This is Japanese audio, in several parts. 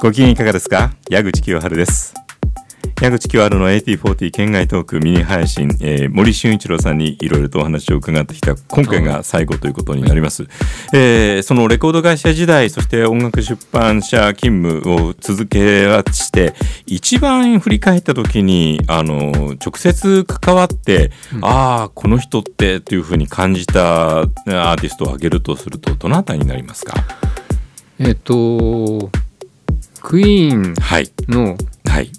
ご機嫌いかがですか矢口清春です。矢口清春の AT40 県外トークミニ配信、えー森俊一郎さんにいろいろとお話を伺ってきた今回が最後ということになります、えーそのレコード会社時代そして音楽出版社勤務を続けはして一番振り返った時にあの直接関わって、ああこの人ってというふうに感じたアーティストを挙げるとするとどなたになりますかえっとクイーンはいのはい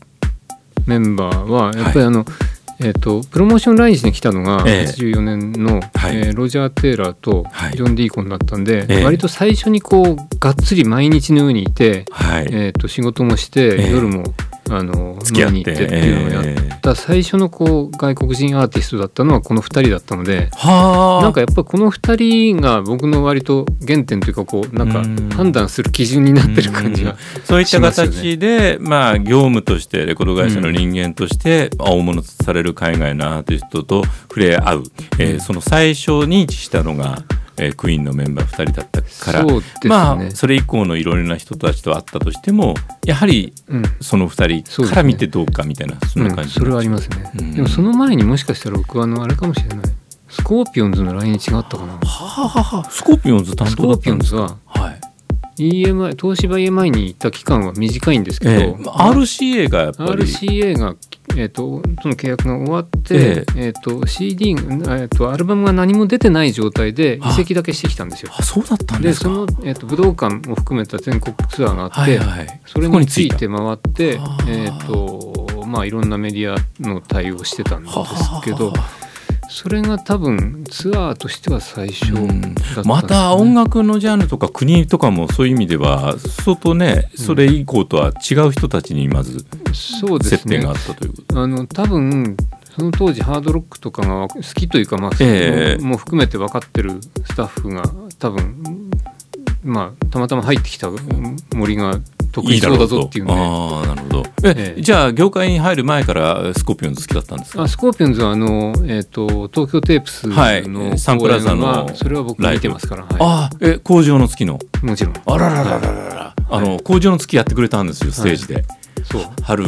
メンバーはやっぱりあの、えっとプロモーション来日に来たのがええ84年の、はいえーロジャー・テイラーとはいジョン・ディーコンだったんで、ええ割と最初にこうがっつり毎日のようにいて、はい、えっと仕事もして、ええ夜もあの付き合飲っみてに行ってっていうのをやっえーた最初のこう外国人アーティストだったのはこの2人だったので。はあなんかやっぱりこの2人が僕の割と原点というかこうなんかうん判断する基準になってる感じがうんそういった形でま、あ、業務としてレコード会社の人間として大物とされる海外のアーティストと触れ合う、えーその最初に位置したのが、えークイーンのメンバー2人だったからそうですね、まあ、それ以降のいろいろな人たちと会ったとしてもやはりうんその2人から見てどうかみたいなそんなう感ん、じそにれなはっあちりゃう、ますね、うんでもその前にもしかしたら僕はあのあれかもしれないスコーピオンズの来日があったかなはあはあはあスコーピオンズ担ス当コだーっピたオんンですズはか、はい EMI 東芝 EMI に行った期間は短いんですけど、えー、RCA がやっぱり RCA が、えー、ととの契約が終わって、ええーと CD、えー、とアルバムが何も出てない状態で移籍だけしてきたんですよ。あそうだったんでですかその、えー、と武道館を含めた全国ツアーがあって、はいはい、それこについたて回ってあーえーとまあいろんなメディアの対応をしてたんですけどそれが多分ツアーとしては最初だったんですね、また音楽のジャンルとか国とかもそういう意味では相当ねそれ以降とは違う人たちにまずそうで接す点ねがあったということあの多分その当時ハードロックとかが好きというか、まあええもう含めて分かってるスタッフが多分まあたまたま入ってきた森が得い意いだそうろだうぞとっていうんで。ああなるほどえええじゃあ業界に入る前からスコーピオンズ好きだったんですかあスコーピオンズはあの、えー、と東京テープスの、はいサンプラザのそれは僕見てますから、はい、ああえ工場の月のもちろん。あららららららあの工場の月やってくれたんですよステージでそう。春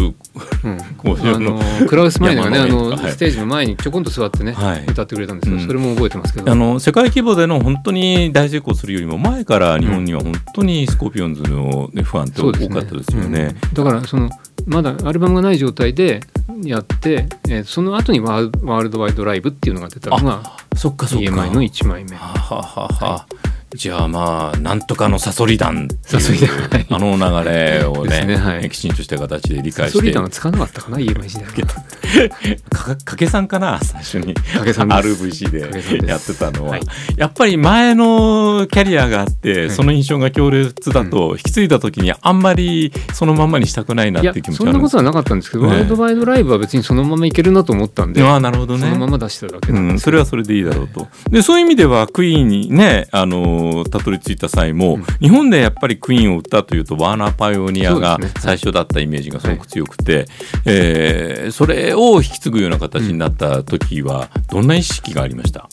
うん、工場のあのクラウス・マイナーがねあ山の上とのかはいステージの前にちょこんと座ってね、はい歌ってくれたんですよ、うんそれも覚えてますけどあの世界規模での本当に大成功するよりも前から日本には本当にスコーピオンズのねファンってそ多うですねかったですよね。だからそのまだアルバムがない状態でやって、えーその後にワールワールドワイドライブっていうのが出たのがそっかそっか。 EMI の1枚目。ははははじゃあまあなんとかのサソリ団サソリ団はいあの流れをでねすねはいきちんとした形で理解ソしリーてダンは使わなかったかな EMI 時代は。かかけさんかな最初にけさんです RVC かけさんでですやってたのは、はいやっぱり前のキャリアがあって、いその印象が強烈だと、引き継いだ時にあんまりそのまんまにしたくないなっいやていう気持ちそがあんるなんでこすとはなかったんですけど、ええワールドワイドライブは別にそのままいけるなと思ったんで、ああなるほどそねのまま出しただけうなんん、ですそけれど、はそれでいいだろうと。でそういう意味ではクイーンにねあのたどり着いた際も、うん日本でやっぱりクイーンを売ったというとワーナー・パイオニアがそうですね最初だったイメージがすごく強くて、えーそれを引き継ぐような形になった時はどんな意識がありました、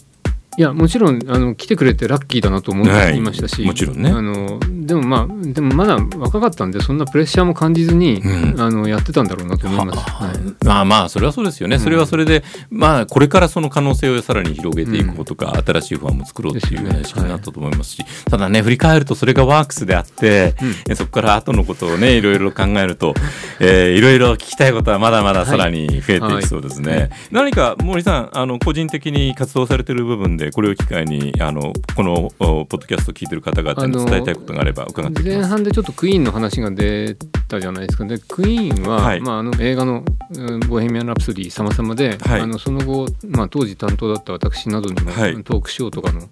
いやもちろんあの来てくれてラッキーだなと思っていましたし、はいもちろんねあのでもまあでもまだ若かったんでそんなプレッシャーも感じずに、うんあのやってたんだろうなと思います。ははいまあまあそれはそうですよね、それはそれでまあこれからその可能性をさらに広げていこうとか、新しいファンも作ろうっていうような意識になったと思いますし、ただね振り返るとそれがワークスであって、えそこから後のことをねいろいろ考えると、えーいろいろ聞きたいことはまだまださらに増えていきそうですね。はいは何か森さんあの個人的に活動されてる部分でこれを機会にあのこのおポッドキャストを聞いてる方々に伝えたいことがあれば伺っていき前ます。半でちょっとクイーンの話が出たじゃないですかでクイーンは、はいまあ、あの映画のうん「ボヘミアン・ラプソディ」様々で、はいあのその後、まあ、当時担当だった私などにも、はいトークショーとかの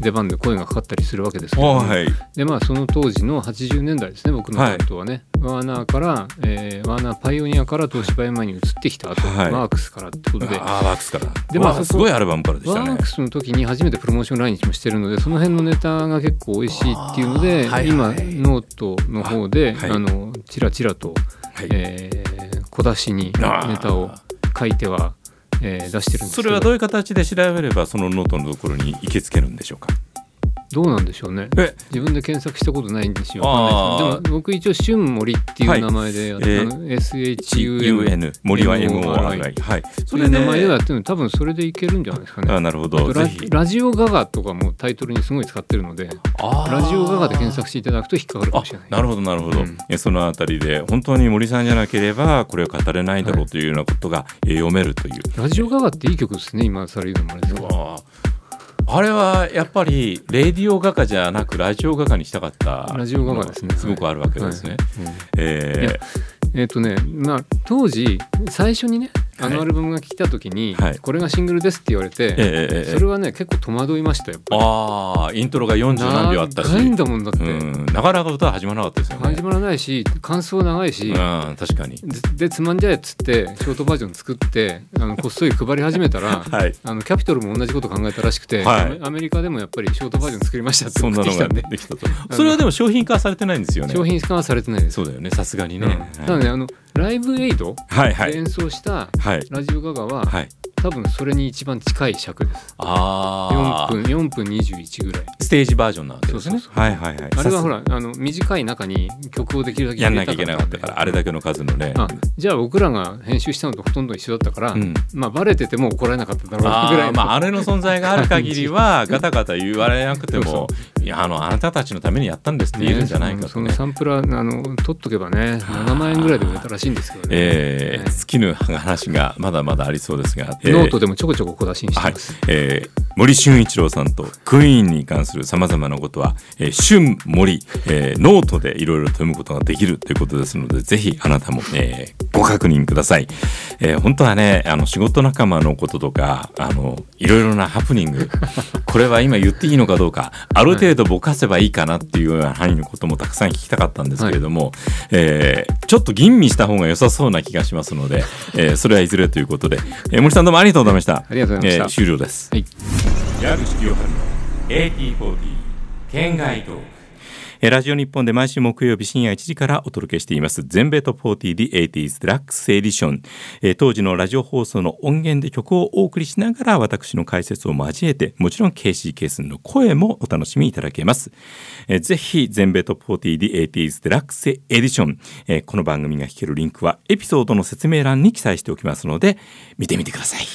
出番で声がかかったりするわけですけども、おーはいでまあその当時の80年代ですね僕のはい担当はね、ワーナーから、えーワーナーパイオニアから東芝 MI に移ってきた後、はいワークスからってことで。あーワークスからでまあわあすそこごいアルバムからでしたワねークスの時に初めてプロモーション来日もしてるのでその辺のネタが結構美味しいっていうので、あーはいはい今ノートの方でああ、はいのチラチラと、はいえー小出しにネあータを書いては、えー出してるんですけどそれはどういう形で調べればそのノートのところに行きつけるんでしょうかどうなんでしょうねえ自分で検索したことないんですよあーわかんないですでも僕一応「春森」っていう名前で、はいえーあの SHUN CUN 森は MORI MORI はいそれいう名前でやってるの多分それでいけるんじゃないですかねあなるほあとどラぜひラジオガガとかもタイトルにすごい使ってるのでララジオガガで検索していただくと引っかかるかもしれないなるほどなるほど、うんえそのあたりで本当に森さんじゃなければこれを語れないだろうというようなことがえー読めるという、ラジオガガっていい曲ですね今更言うのもあれですけどあーあれはやっぱりレディオ画家じゃなくラジオ画家にしたかったラジオガガですねすごくあるわけですね、はいいえやえっ、とね、まあ、当時最初にねあはいのアルバムが来た時に、はいこれがシングルですって言われて、ー、えーえーえそれはね結構戸惑いましたよやっぱりああイントロが40何秒あったし長いんだもんだって、うん、なかなか歌は始まらなかったですよね始まらないし感想長いし、うん、確かにででつまんじゃえっつってショートバージョン作ってあのこっそり配り始めたら はいあのキャピトルも同じこと考えたらしくて、はいアメアメリカでもやっぱりショートバージョン作りましたってそん送なってのきたがんでできたとそれはでも商品化されてないんですよね商品化はされてないです。そうだよねさすがにね、うんただはいねあのライブエイドはいはでい演奏したはいラジオガガは、はい多分それに一番近い尺ですあ4あ分4分21ぐらいステージバージョンなわけですねそうそうそうはいはいはいあれはほさらあの短い中に曲をできるだすけやんな入れきゃいけなかったからあれだけの数のねあじゃあ僕らが編集したのとほとんど一緒だったから、うんまあバレてても怒られなかっただろあうぐらいーのまあ、あれの存在がある限り はガタガタ言われなくてそもいやあのあなたたちのためにやったんですって言えるんじゃないかそとのねサンプラーあの取っとけばね7万円ぐらいで売れたらしいんですけどね、えーね尽きぬ話がまだまだありそうですが、えノートでもちょこちょこ小出しにしてはいます、えー森俊一郎さんとクイーンに関するさまざまなことは「えー、俊森、えーノートでいろいろと読むことができるということですのでぜひあなたも、えーご確認ください、えー本当はねあの仕事仲間のこととかあのいろいろなハプニング これは今言っていいのかどうかある程度ぼかせばいいかなっていうような範囲のこともたくさん聞きたかったんですけれども、えーちょっと吟味した方が良さそうな気がしますので、えーそれはいずれということで、えー森さんどうもありがとうございましたありがとうございましたえー終了ですはい矢口清春の AT40 県外トークえーラジオ日本で毎週木曜日深夜1時からお届けしています全米トップ40ディ 80s デラックスエディション、えー当時のラジオ放送の音源で曲をお送りしながら私の解説を交えてもちろん KC ケースの声もお楽しみいただけます、えーぜひ全米トップ40ディ 80s デラックスエディション、えーこの番組が聴けるリンクはエピソードの説明欄に記載しておきますので見てみてください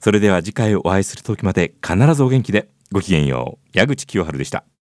それでは次回お会いする時まで必ずお元気でごきげんよう矢口清春でした